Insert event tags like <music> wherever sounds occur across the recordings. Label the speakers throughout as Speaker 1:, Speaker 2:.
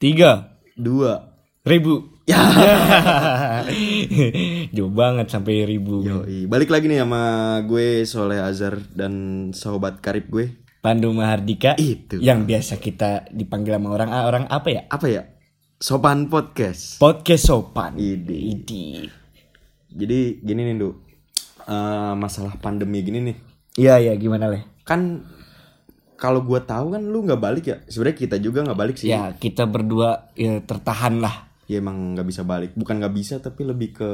Speaker 1: Tiga
Speaker 2: dua
Speaker 1: ribu.
Speaker 2: Ya.
Speaker 1: <laughs> Jauh banget sampai ribu.
Speaker 2: Yoi. Balik lagi nih sama gue Soleh Azhar dan sahabat karib gue.
Speaker 1: Pandu Mahardika
Speaker 2: Itu.
Speaker 1: yang biasa kita dipanggil sama orang ah, orang apa ya?
Speaker 2: Apa ya? Sopan podcast.
Speaker 1: Podcast sopan.
Speaker 2: Ide.
Speaker 1: Idi.
Speaker 2: Jadi gini nih, Du. Eh, masalah pandemi gini nih.
Speaker 1: Iya iya gimana leh?
Speaker 2: Kan kalau gue tahu kan lu nggak balik ya. Sebenarnya kita juga nggak balik sih.
Speaker 1: Ya kita berdua ya, tertahan lah.
Speaker 2: Ya emang nggak bisa balik. Bukan nggak bisa tapi lebih ke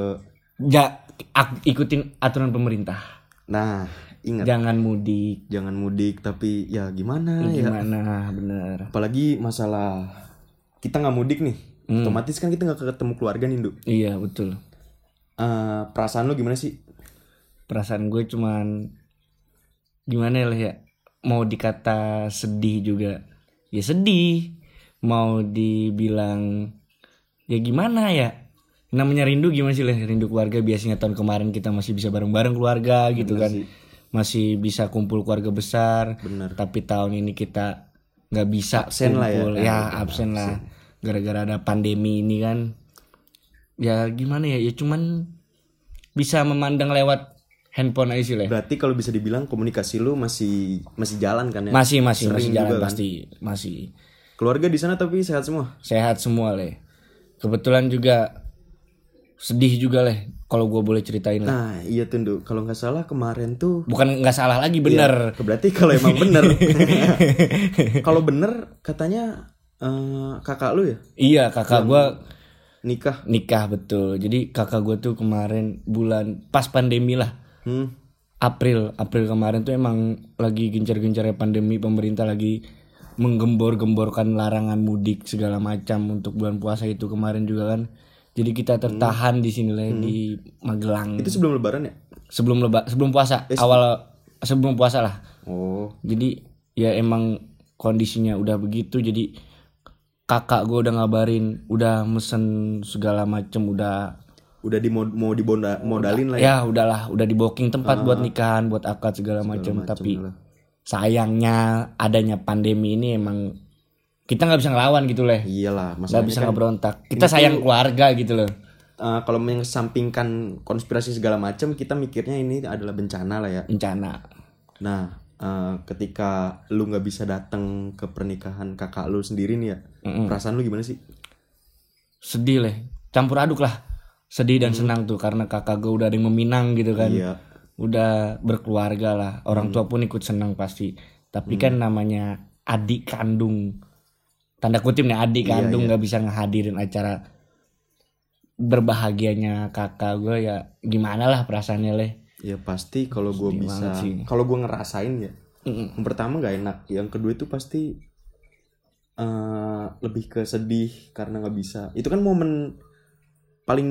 Speaker 1: Ja, ak- ikutin aturan pemerintah.
Speaker 2: nah, ingat
Speaker 1: Jangan mudik.
Speaker 2: jangan mudik tapi ya gimana ya.
Speaker 1: Gimana bener?
Speaker 2: Apalagi masalah kita nggak mudik nih. Otomatis kan kita nggak ketemu keluarga nih, Du.
Speaker 1: Iya betul.
Speaker 2: Eh, perasaan lu gimana sih?
Speaker 1: Perasaan gue cuman gimana ya, leh ya? Mau dikata sedih juga. Ya sedih. Mau dibilang ya gimana ya? Namanya rindu gimana sih leh? Rindu keluarga biasanya tahun kemarin kita masih bisa bareng-bareng keluarga gitu kan. Masih bisa kumpul keluarga besar.
Speaker 2: Bener.
Speaker 1: Tapi tahun ini kita nggak bisa
Speaker 2: Absen lah ya.
Speaker 1: kumpul. Ya, absen lah. Gara-gara ada pandemi ini kan. Ya gimana ya? Ya cuman bisa memandang lewat handphone aja sih, Leh.
Speaker 2: Berarti kalau bisa dibilang komunikasi lu masih masih jalan kan ya?
Speaker 1: Masih masih masih
Speaker 2: juga
Speaker 1: jalan
Speaker 2: kan?
Speaker 1: pasti, masih.
Speaker 2: Keluarga di sana tapi sehat semua.
Speaker 1: Sehat semua, Leh. Kebetulan juga sedih juga, Leh, kalau gua boleh ceritain. Leh.
Speaker 2: Nah, iya tuh, Du. Kalau nggak salah kemarin tuh
Speaker 1: Bukan nggak salah lagi bener.
Speaker 2: berarti kalau emang bener. kalau bener katanya eh, kakak lu ya
Speaker 1: <laughs> Iya, kakak gua
Speaker 2: nikah.
Speaker 1: nikah betul. Jadi kakak gua tuh kemarin bulan pas pandemi lah.
Speaker 2: Hmm.
Speaker 1: April April kemarin tuh emang lagi gencar-gencarnya pandemi pemerintah lagi menggembor-gemborkan larangan mudik segala macam untuk bulan puasa itu kemarin juga kan jadi kita tertahan di sini lah ya, di Magelang
Speaker 2: Itu sebelum lebaran ya?
Speaker 1: sebelum leba sebelum puasa awal sebelum puasa lah
Speaker 2: Oh.
Speaker 1: jadi ya emang kondisinya udah begitu jadi kakak gue udah ngabarin udah mesen segala macem udah
Speaker 2: Udah di mau, mau dibonda- modalin lah ya. Ah.
Speaker 1: ya udahlah udah di booking tempat buat nikahan buat akad segala macam tapi
Speaker 2: lah.
Speaker 1: sayangnya adanya pandemi ini emang kita nggak bisa ngelawan gitu leh
Speaker 2: Iyalah,
Speaker 1: nggak
Speaker 2: masalahnya
Speaker 1: bisa
Speaker 2: kan
Speaker 1: ngeberontak kita sayang keluarga gitu loh
Speaker 2: eh, kalau mengesampingkan konspirasi segala macam, kita mikirnya ini adalah bencana lah ya.
Speaker 1: bencana
Speaker 2: Nah, eh, ketika lu nggak bisa datang ke pernikahan kakak lu sendiri nih ya, perasaan lu gimana sih?
Speaker 1: sedih leh campur aduk lah sedih dan senang tuh karena kakak gue udah ada yang meminang gitu kan
Speaker 2: Hmm. Iya,
Speaker 1: udah berkeluarga lah orang tua pun ikut senang pasti tapi kan namanya adik kandung tanda kutip nih adik kandung nggak bisa ngehadirin acara berbahagianya kakak gue ya gimana lah perasaannya leh
Speaker 2: ya pasti kalau gue bisa,
Speaker 1: banget sih.
Speaker 2: kalau gue ngerasain ya,
Speaker 1: Mm-mm.
Speaker 2: yang pertama nggak enak, yang kedua itu pasti eh lebih ke sedih karena nggak bisa. Itu kan momen paling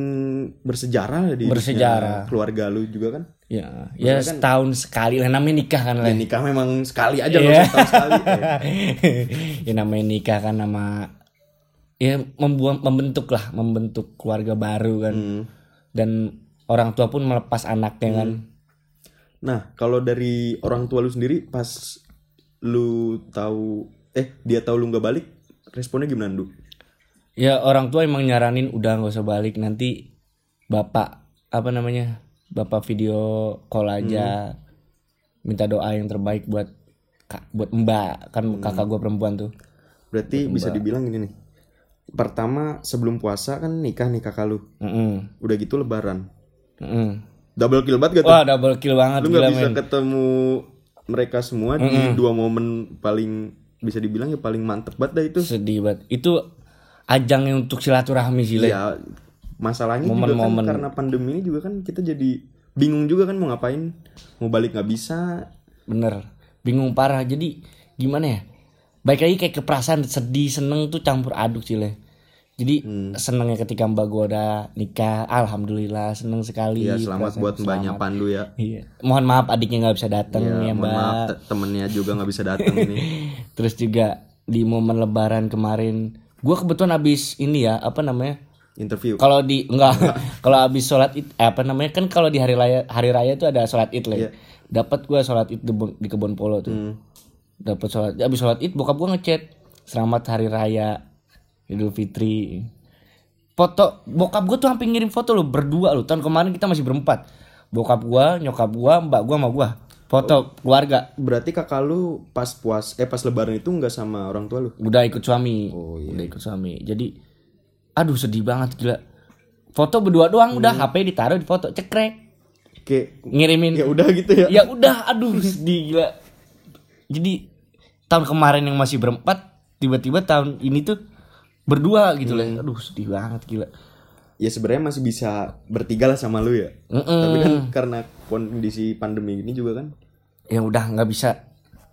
Speaker 2: bersejarah di hidupnya
Speaker 1: Bersejarah.
Speaker 2: keluarga lu juga kan.
Speaker 1: ya ya setahun sekali lah namanya nikah kan
Speaker 2: Ya,
Speaker 1: leh
Speaker 2: nikah memang sekali aja
Speaker 1: Iya.
Speaker 2: nggak usah setahun sekali. Eh,
Speaker 1: <laughs> ya namanya nikah kan nama ya membuat membentuk lah membentuk keluarga baru kan
Speaker 2: hmm.
Speaker 1: dan orang tua pun melepas anaknya kan
Speaker 2: Nah, kalau dari orang tua lu sendiri pas lu tahu eh dia tahu lu nggak balik, responnya gimana, Du?
Speaker 1: Ya orang tua emang nyaranin udah nggak usah balik nanti bapak apa namanya bapak video call aja
Speaker 2: Hmm.
Speaker 1: minta doa yang terbaik buat ka- buat mbak kan
Speaker 2: Hmm.
Speaker 1: kakak gue perempuan tuh
Speaker 2: Berarti bisa dibilang gini nih. Pertama, sebelum puasa kan nikah nih kakak lu.
Speaker 1: Mm-mm.
Speaker 2: Udah gitu lebaran.
Speaker 1: Mm-mm.
Speaker 2: Double kill banget gak tuh?
Speaker 1: wah double kill banget
Speaker 2: Gitu. lu
Speaker 1: gila
Speaker 2: nggak bisa
Speaker 1: men
Speaker 2: ketemu mereka semua di dua momen paling bisa dibilang ya paling mantep banget dah itu.
Speaker 1: sedih banget itu ajangnya untuk silaturahmi sih Le.
Speaker 2: Ya masalahnya juga kan
Speaker 1: Momen-momen.
Speaker 2: karena pandemi ini juga kan kita jadi bingung juga kan mau ngapain. Mau balik nggak bisa.
Speaker 1: bener bingung parah jadi gimana ya baik lagi kayak keperasaan sedih seneng tuh campur aduk sih leh jadi
Speaker 2: Hmm.
Speaker 1: senengnya ketika mbak gua udah nikah alhamdulillah seneng sekali
Speaker 2: Ya selamat buat mbaknya Pandu ya. Iya,
Speaker 1: iya. mohon maaf adiknya nggak bisa datang ya,
Speaker 2: Mohon
Speaker 1: mbak
Speaker 2: maaf te- temennya juga nggak bisa datang <laughs> ini.
Speaker 1: terus juga di momen lebaran kemarin gua kebetulan habis ini ya apa namanya
Speaker 2: Interview.
Speaker 1: kalau di enggak <laughs> kalau habis sholat id eh, apa namanya kan kalau di hari raya hari raya itu ada sholat id lah
Speaker 2: Iya.
Speaker 1: ya. dapat gua sholat id di, Bon- di kebun
Speaker 2: Hmm.
Speaker 1: polo tuh dapat sholat habis sholat id bokap gua ngechat selamat hari raya Idul Fitri. Foto bokap gue tuh hampir ngirim foto lo berdua lo. Tahun kemarin kita masih berempat. Bokap gua, nyokap gua, mbak gua sama gua.
Speaker 2: Oh.
Speaker 1: Foto keluarga.
Speaker 2: Berarti kakak lu pas puas eh pas lebaran itu nggak sama orang tua lu?
Speaker 1: Udah ikut suami.
Speaker 2: Oh, iya.
Speaker 1: Udah ikut suami. Jadi aduh sedih banget gila. Foto berdua doang
Speaker 2: Hmm.
Speaker 1: udah HP ditaruh di foto cekrek.
Speaker 2: Kayak
Speaker 1: Ngirimin
Speaker 2: ya udah gitu ya.
Speaker 1: ya udah aduh <laughs> sedih gila jadi tahun kemarin yang masih berempat tiba-tiba tahun ini tuh berdua gitu lah
Speaker 2: Hmm.
Speaker 1: aduh sedih banget gila
Speaker 2: Ya sebenarnya masih bisa bertiga lah sama lu ya.
Speaker 1: Mm-mm.
Speaker 2: Tapi kan karena kondisi pandemi ini juga kan.
Speaker 1: ya udah nggak bisa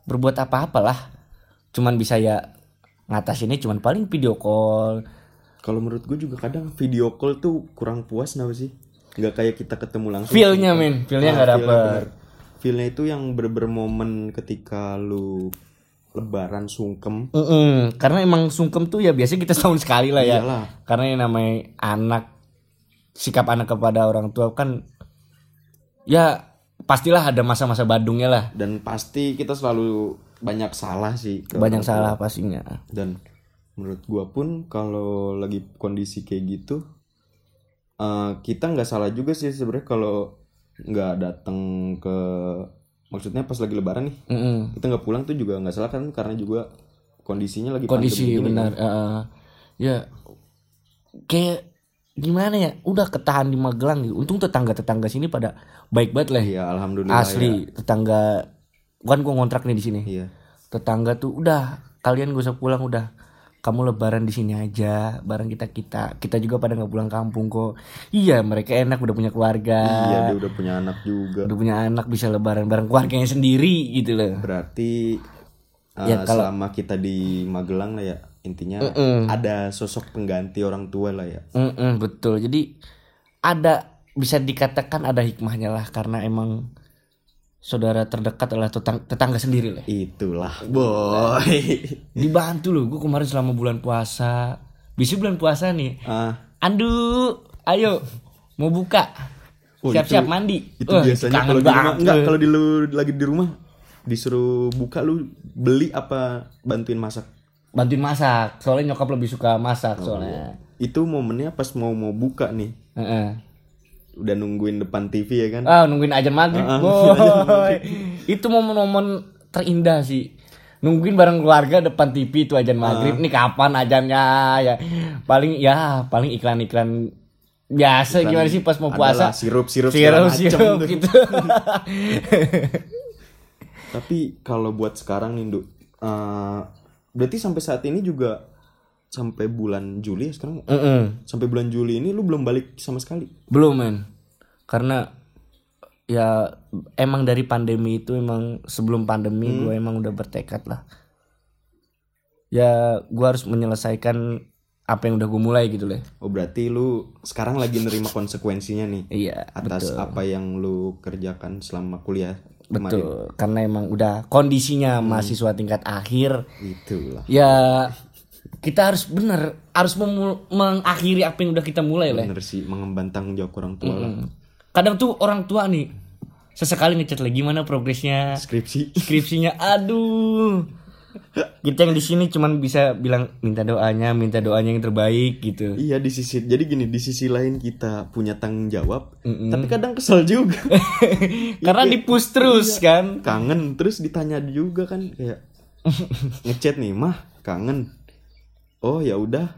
Speaker 1: berbuat apa-apalah cuman bisa ya ngatasinnya cuman paling video call
Speaker 2: Kalau menurut gue juga kadang video call tuh kurang puas kenapa sih? Gak kayak kita ketemu langsung.
Speaker 1: feelnya men feelnya
Speaker 2: Ah,
Speaker 1: nggak
Speaker 2: feel-nya
Speaker 1: dapet
Speaker 2: bener. Feel-nya itu yang berber momen ketika lu lebaran sungkem.
Speaker 1: Mm-mm, karena emang sungkem tuh ya biasanya kita setahun sekali lah ya
Speaker 2: Iyalah.
Speaker 1: karena yang namanya anak sikap anak kepada orang tua kan ya pastilah ada masa-masa badungnya lah
Speaker 2: Dan pasti kita selalu banyak salah sih. ke
Speaker 1: banyak
Speaker 2: orang tua.
Speaker 1: salah pastinya
Speaker 2: dan menurut gua pun kalau lagi kondisi kayak gitu eh, kita nggak salah juga sih sebenarnya kalau nggak datang ke maksudnya pas lagi lebaran nih
Speaker 1: Mm-mm.
Speaker 2: kita nggak pulang tuh juga nggak salah kan karena juga kondisinya lagi
Speaker 1: kondisi
Speaker 2: pandemi gini
Speaker 1: benar
Speaker 2: kan.
Speaker 1: eh, ya kayak gimana ya udah ketahan di Magelang gitu untung tetangga tetangga sini pada baik banget lah ya.
Speaker 2: iya alhamdulillah
Speaker 1: asli tetangga kan gua ngontrak nih di sini
Speaker 2: ya. iya
Speaker 1: tetangga tuh udah kalian gak usah pulang udah kamu lebaran di sini aja bareng kita kita kita juga pada nggak pulang kampung kok iya mereka enak udah punya keluarga
Speaker 2: iya dia udah punya anak juga
Speaker 1: udah punya anak bisa lebaran bareng keluarganya sendiri gitu loh
Speaker 2: berarti eh,
Speaker 1: Ya, kalau-
Speaker 2: selama kita di Magelang lah ya intinya
Speaker 1: Mm-mm.
Speaker 2: ada sosok pengganti orang tua lah ya
Speaker 1: Mm-mm, betul. Jadi ada bisa dikatakan ada hikmahnya lah karena emang saudara terdekat adalah tetang- tetangga sendiri lah.
Speaker 2: itulah
Speaker 1: <laughs>
Speaker 2: boy
Speaker 1: Dibantu loh, gue kemarin selama bulan puasa, bisa bulan puasa nih.
Speaker 2: ah
Speaker 1: Andu, ayo mau buka,
Speaker 2: Oh,
Speaker 1: siap-siap
Speaker 2: itu-
Speaker 1: mandi.
Speaker 2: itu
Speaker 1: Wah,
Speaker 2: biasanya
Speaker 1: kangen
Speaker 2: kalau di rumah
Speaker 1: banget.
Speaker 2: enggak kalau di lu lagi di rumah disuruh buka lu beli apa bantuin masak
Speaker 1: bantuin masak. Soalnya nyokap lebih suka masak
Speaker 2: Oh,
Speaker 1: soalnya.
Speaker 2: itu momennya pas mau mau buka nih
Speaker 1: Heeh.
Speaker 2: udah nungguin depan TV ya kan
Speaker 1: Ah nungguin ajan maghrib,
Speaker 2: Ah, ah, <laughs>
Speaker 1: boy. itu momen-momen terindah sih. Nungguin bareng keluarga depan TV itu
Speaker 2: Ah.
Speaker 1: ajan maghrib. Nih kapan ajannya ya? Paling ya paling iklan-iklan biasa gimana sih pas mau puasa?
Speaker 2: Adalah sirup-sirup
Speaker 1: sirup,
Speaker 2: segala macam
Speaker 1: sirup
Speaker 2: tuh. <laughs>
Speaker 1: gitu.
Speaker 2: tapi kalau buat sekarang nih Nduk, eh, berarti sampai saat ini juga sampai bulan Juli ya sekarang ya?
Speaker 1: Mm-mm.
Speaker 2: sampai bulan Juli ini lu belum balik sama sekali
Speaker 1: Belum men, karena ya emang dari pandemi itu emang sebelum pandemi
Speaker 2: Hmm.
Speaker 1: gue emang udah bertekad lah. Ya gue harus menyelesaikan apa yang udah gue mulai gitu loh.
Speaker 2: oh berarti lu sekarang lagi nerima konsekuensinya nih
Speaker 1: Iya,
Speaker 2: atas apa yang lu kerjakan selama kuliah kemarin Hmm.
Speaker 1: betul. Karena emang udah kondisinya mahasiswa tingkat akhir,
Speaker 2: itulah
Speaker 1: ya kita harus bener harus memu- mengakhiri apa yang udah kita mulai lah.
Speaker 2: bener sih mengemban tanggung jawab orang tua lah
Speaker 1: Kadang tuh orang tua nih sesekali ngechat lagi gimana progresnya,
Speaker 2: skripsi <laughs>
Speaker 1: skripsinya, aduh. Kita yang di sini cuman bisa bilang minta doanya, minta doanya yang terbaik gitu.
Speaker 2: <laughs> iya di sisi jadi gini di sisi lain kita punya tanggung jawab tapi kadang kesel juga <laughs>
Speaker 1: Karena
Speaker 2: Iya.
Speaker 1: di push terus kan.
Speaker 2: kangen terus ditanya juga kan
Speaker 1: <laughs>
Speaker 2: kayak ngechat nih mah kangen oh ya udah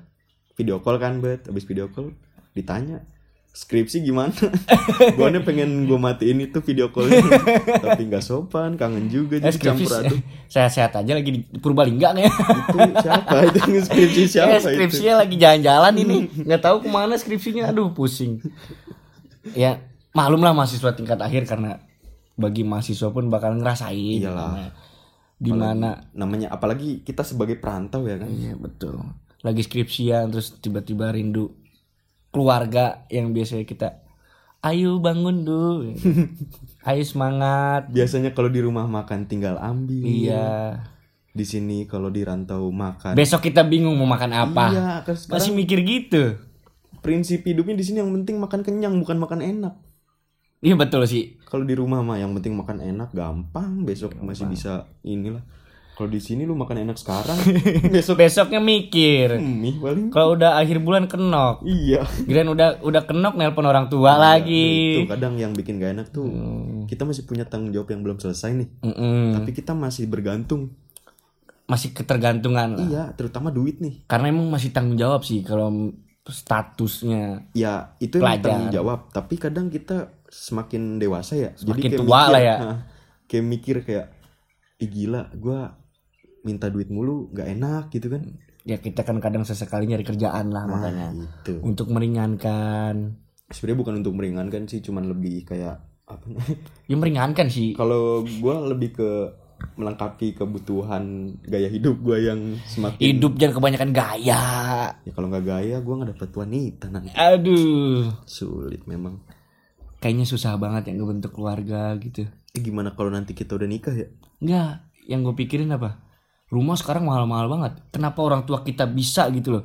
Speaker 2: video call kan bet abis video call ditanya skripsi gimana <laughs> gue nih pengen gue matiin itu video callnya
Speaker 1: <laughs>
Speaker 2: tapi nggak sopan kangen juga
Speaker 1: Eh,
Speaker 2: jadi
Speaker 1: skripsi
Speaker 2: campur aduk
Speaker 1: <laughs> sehat-sehat aja lagi di Purbalingga nih.
Speaker 2: itu siapa itu skripsi siapa
Speaker 1: Eh,
Speaker 2: itu
Speaker 1: skripsinya lagi jalan-jalan
Speaker 2: <laughs>
Speaker 1: ini nggak tahu kemana skripsinya aduh pusing ya maklumlah mahasiswa tingkat akhir karena bagi mahasiswa pun bakal ngerasain
Speaker 2: Iyalah.
Speaker 1: namanya. di mana
Speaker 2: namanya apalagi kita sebagai perantau ya kan
Speaker 1: iya betul lagi skripsian terus tiba-tiba rindu keluarga yang biasanya kita ayo bangun dulu
Speaker 2: <laughs>
Speaker 1: ayo semangat
Speaker 2: biasanya kalau di rumah makan tinggal ambil
Speaker 1: iya
Speaker 2: di sini kalau di rantau makan
Speaker 1: besok kita bingung mau makan apa
Speaker 2: iya kan sekarang
Speaker 1: masih mikir gitu
Speaker 2: prinsip hidupnya di sini yang penting makan kenyang bukan makan enak
Speaker 1: iya betul sih
Speaker 2: kalau di rumah mah yang penting makan enak gampang besok masih bisa inilah Kalau di sini lu makan enak sekarang, <laughs> besok Hmm.
Speaker 1: Besoknya mikir.
Speaker 2: mie paling.
Speaker 1: Kalau udah akhir bulan kenok.
Speaker 2: Iya. Nah,
Speaker 1: Giliran udah udah kenok nelpon orang tua
Speaker 2: Itu kan.
Speaker 1: lagi. Hmm.
Speaker 2: kadang yang bikin gak enak tuh. Kita masih punya tanggung jawab yang belum selesai nih.
Speaker 1: Mm-mm.
Speaker 2: Tapi kita masih bergantung.
Speaker 1: Masih ketergantungan lah.
Speaker 2: Iya, terutama duit nih.
Speaker 1: Karena emang masih tanggung jawab sih kalau statusnya
Speaker 2: Ya itu yang
Speaker 1: Pelajar.
Speaker 2: tanggung jawab. Tapi kadang kita semakin dewasa ya.
Speaker 1: Semakin tua lah ya.
Speaker 2: Hah, nah, kayak mikir kayak, Ih gila, gue minta duit mulu, gak enak gitu kan.
Speaker 1: ya kita kan kadang sesekali nyari kerjaan lah makanya
Speaker 2: Nah, gitu.
Speaker 1: untuk meringankan
Speaker 2: sebenarnya bukan untuk meringankan sih cuman lebih kayak apa
Speaker 1: ya meringankan sih
Speaker 2: <laughs> kalau gua lebih ke melengkapi kebutuhan gaya hidup gua yang semakin
Speaker 1: hidup jangan kebanyakan gaya
Speaker 2: ya kalau nggak gaya gua nggak dapet wanita nanti
Speaker 1: aduh
Speaker 2: sulit memang
Speaker 1: kayaknya susah banget yang ngebentuk keluarga gitu
Speaker 2: Eh, gimana kalau nanti kita udah nikah ya
Speaker 1: Enggak, yang gue pikirin apa? Rumah sekarang mahal-mahal banget. Kenapa orang tua kita bisa gitu loh?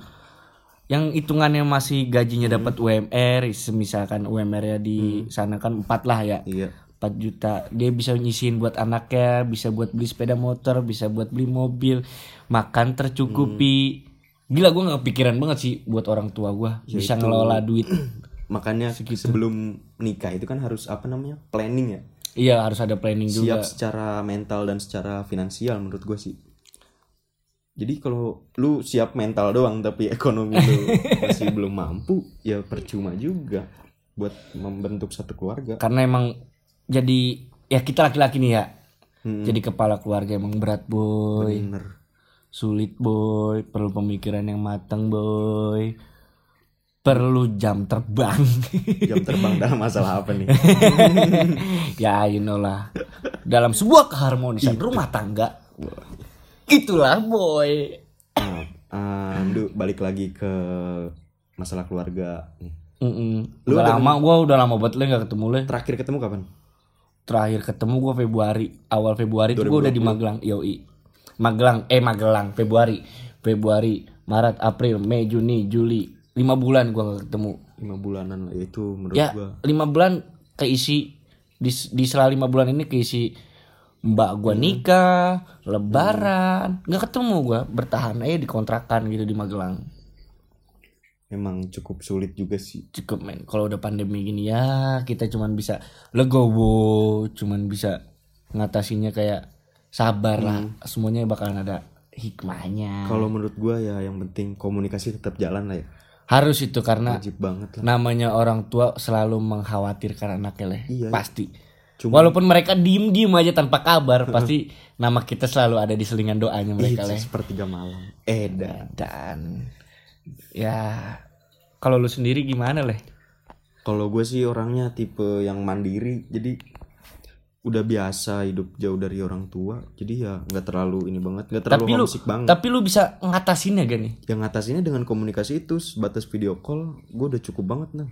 Speaker 1: Yang hitungannya masih gajinya dapat UMR, semisalkan UMR-nya di sana kan 4 lah ya.
Speaker 2: iya
Speaker 1: 4 juta. Dia bisa nyisihin buat anaknya, bisa buat beli sepeda motor, bisa buat beli mobil, makan tercukupi. Gila gue gak kepikiran banget sih buat orang tua gue bisa
Speaker 2: Ya itu.
Speaker 1: ngelola duit.
Speaker 2: <clears throat> makanya sebelum nikah itu kan harus apa namanya planning ya
Speaker 1: iya, harus ada planning juga.
Speaker 2: siap secara mental dan secara finansial menurut gua sih jadi kalau lu siap mental doang tapi <laughs> ekonomi lu masih belum mampu ya percuma juga buat membentuk satu keluarga
Speaker 1: Karena emang jadi ya kita laki-laki nih ya.
Speaker 2: Hmm,
Speaker 1: Jadi kepala keluarga emang berat boy,
Speaker 2: bener
Speaker 1: sulit boy, perlu pemikiran yang matang boy, perlu jam terbang. <laughs>
Speaker 2: jam terbang dalam masalah apa nih
Speaker 1: ya you know lah. Dalam sebuah keharmonisan rumah tangga, itulah boy.
Speaker 2: nah, um, lu balik lagi ke masalah keluarga nih
Speaker 1: Mm-mm.
Speaker 2: Lu
Speaker 1: Udah
Speaker 2: udah
Speaker 1: lama gue udah lama banget le nggak ketemu le.
Speaker 2: terakhir ketemu kapan
Speaker 1: Terakhir ketemu gue Februari awal Februari itu gue udah di Magelang, yoi. Magelang, eh Magelang Februari, Februari, Maret, April, Mei, Juni, Juli, lima bulan gue nggak ketemu.
Speaker 2: lima bulanan lah itu menurut
Speaker 1: ya
Speaker 2: gua
Speaker 1: lima bulan keisi di, di selama lima bulan ini keisi mbak gua
Speaker 2: Iya.
Speaker 1: nikah lebaran nggak ketemu gua bertahan aja di kontrakan gitu di Magelang
Speaker 2: memang cukup sulit juga sih
Speaker 1: cukup men kalau udah pandemi gini ya kita cuman bisa legowo cuman bisa ngatasinya kayak sabar lah semuanya bakalan ada hikmahnya
Speaker 2: Hmm. kalau menurut gua ya yang penting komunikasi tetap jalan lah ya
Speaker 1: harus itu karena
Speaker 2: wajib banget lah
Speaker 1: namanya orang tua selalu mengkhawatirkan anaknya leh
Speaker 2: Iya.
Speaker 1: pasti
Speaker 2: Cuma-
Speaker 1: walaupun mereka diem diem aja tanpa kabar
Speaker 2: <laughs>
Speaker 1: pasti nama kita selalu ada di selingan doanya
Speaker 2: Iya,
Speaker 1: mereka leh Eh,
Speaker 2: sepertiga malam Eh, Eda
Speaker 1: dan ya kalau lu sendiri gimana leh
Speaker 2: Kalau gue sih orangnya tipe yang mandiri, jadi udah biasa hidup jauh dari orang tua, jadi ya nggak terlalu ini banget, nggak terlalu
Speaker 1: tapi lu
Speaker 2: homesick banget.
Speaker 1: tapi lu bisa ngatasinnya gak nih
Speaker 2: Yang ngatasinnya dengan komunikasi itu sebatas video call, gue udah cukup banget nah.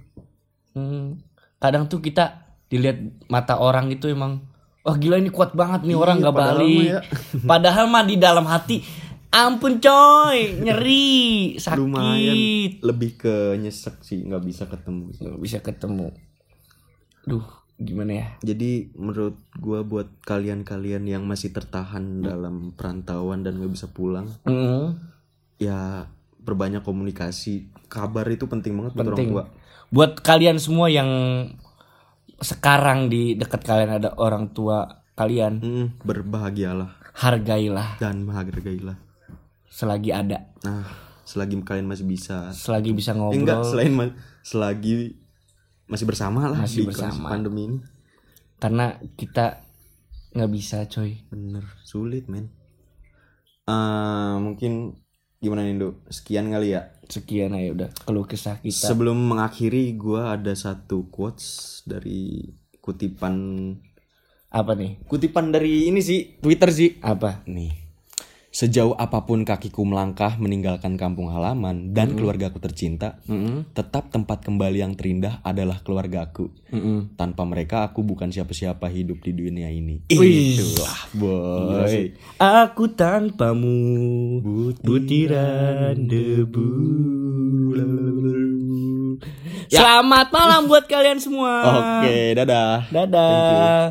Speaker 1: Hmm, kadang tuh kita dilihat mata orang itu emang wah gila ini kuat banget nih orang nggak
Speaker 2: Iya, padahal
Speaker 1: balik
Speaker 2: mah ya.
Speaker 1: <laughs> padahal mah di dalam hati ampun coy nyeri sakit
Speaker 2: Lumayan lebih ke nyesek sih, nggak bisa ketemu. sih.
Speaker 1: nggak bisa ketemu. Duh, gimana ya?
Speaker 2: Jadi menurut gue buat kalian-kalian yang masih
Speaker 1: Hmm.
Speaker 2: tertahan dalam perantauan dan nggak bisa pulang,
Speaker 1: Mm-hmm.
Speaker 2: ya perbanyak komunikasi. Kabar itu penting banget buat
Speaker 1: Penting.
Speaker 2: orang tua.
Speaker 1: Buat kalian semua yang sekarang di dekat kalian ada orang tua kalian,
Speaker 2: Mm, berbahagialah.
Speaker 1: hargailah
Speaker 2: dan menghargailah.
Speaker 1: selagi ada,
Speaker 2: Nah, selagi kalian masih bisa,
Speaker 1: selagi bisa
Speaker 2: Eh, enggak
Speaker 1: ngobrol.
Speaker 2: selain ma- selagi masih bersama lah
Speaker 1: Masih
Speaker 2: di kondisi
Speaker 1: bersama.
Speaker 2: pandemi ini.
Speaker 1: Karena kita nggak bisa, coy.
Speaker 2: Bener, sulit men. Eh, mungkin gimana nih, Dok? Sekian kali ya.
Speaker 1: Sekian aja udah keluh kesah kita.
Speaker 2: Sebelum mengakhiri, gua ada satu quotes dari kutipan
Speaker 1: Apa nih?
Speaker 2: kutipan dari ini sih, Twitter sih.
Speaker 1: Apa?
Speaker 2: Nih. Sejauh apapun kakiku melangkah meninggalkan kampung halaman dan keluargaku tercinta,
Speaker 1: Mm-hmm.
Speaker 2: tetap tempat kembali yang terindah adalah keluargaku. Tanpa mereka aku bukan siapa-siapa hidup di dunia ini.
Speaker 1: Wih.
Speaker 2: Itulah, boy.
Speaker 1: Aku tanpamu butiran debu. Ya. Selamat malam buat kalian semua.
Speaker 2: Oke, dadah.
Speaker 1: Dadah.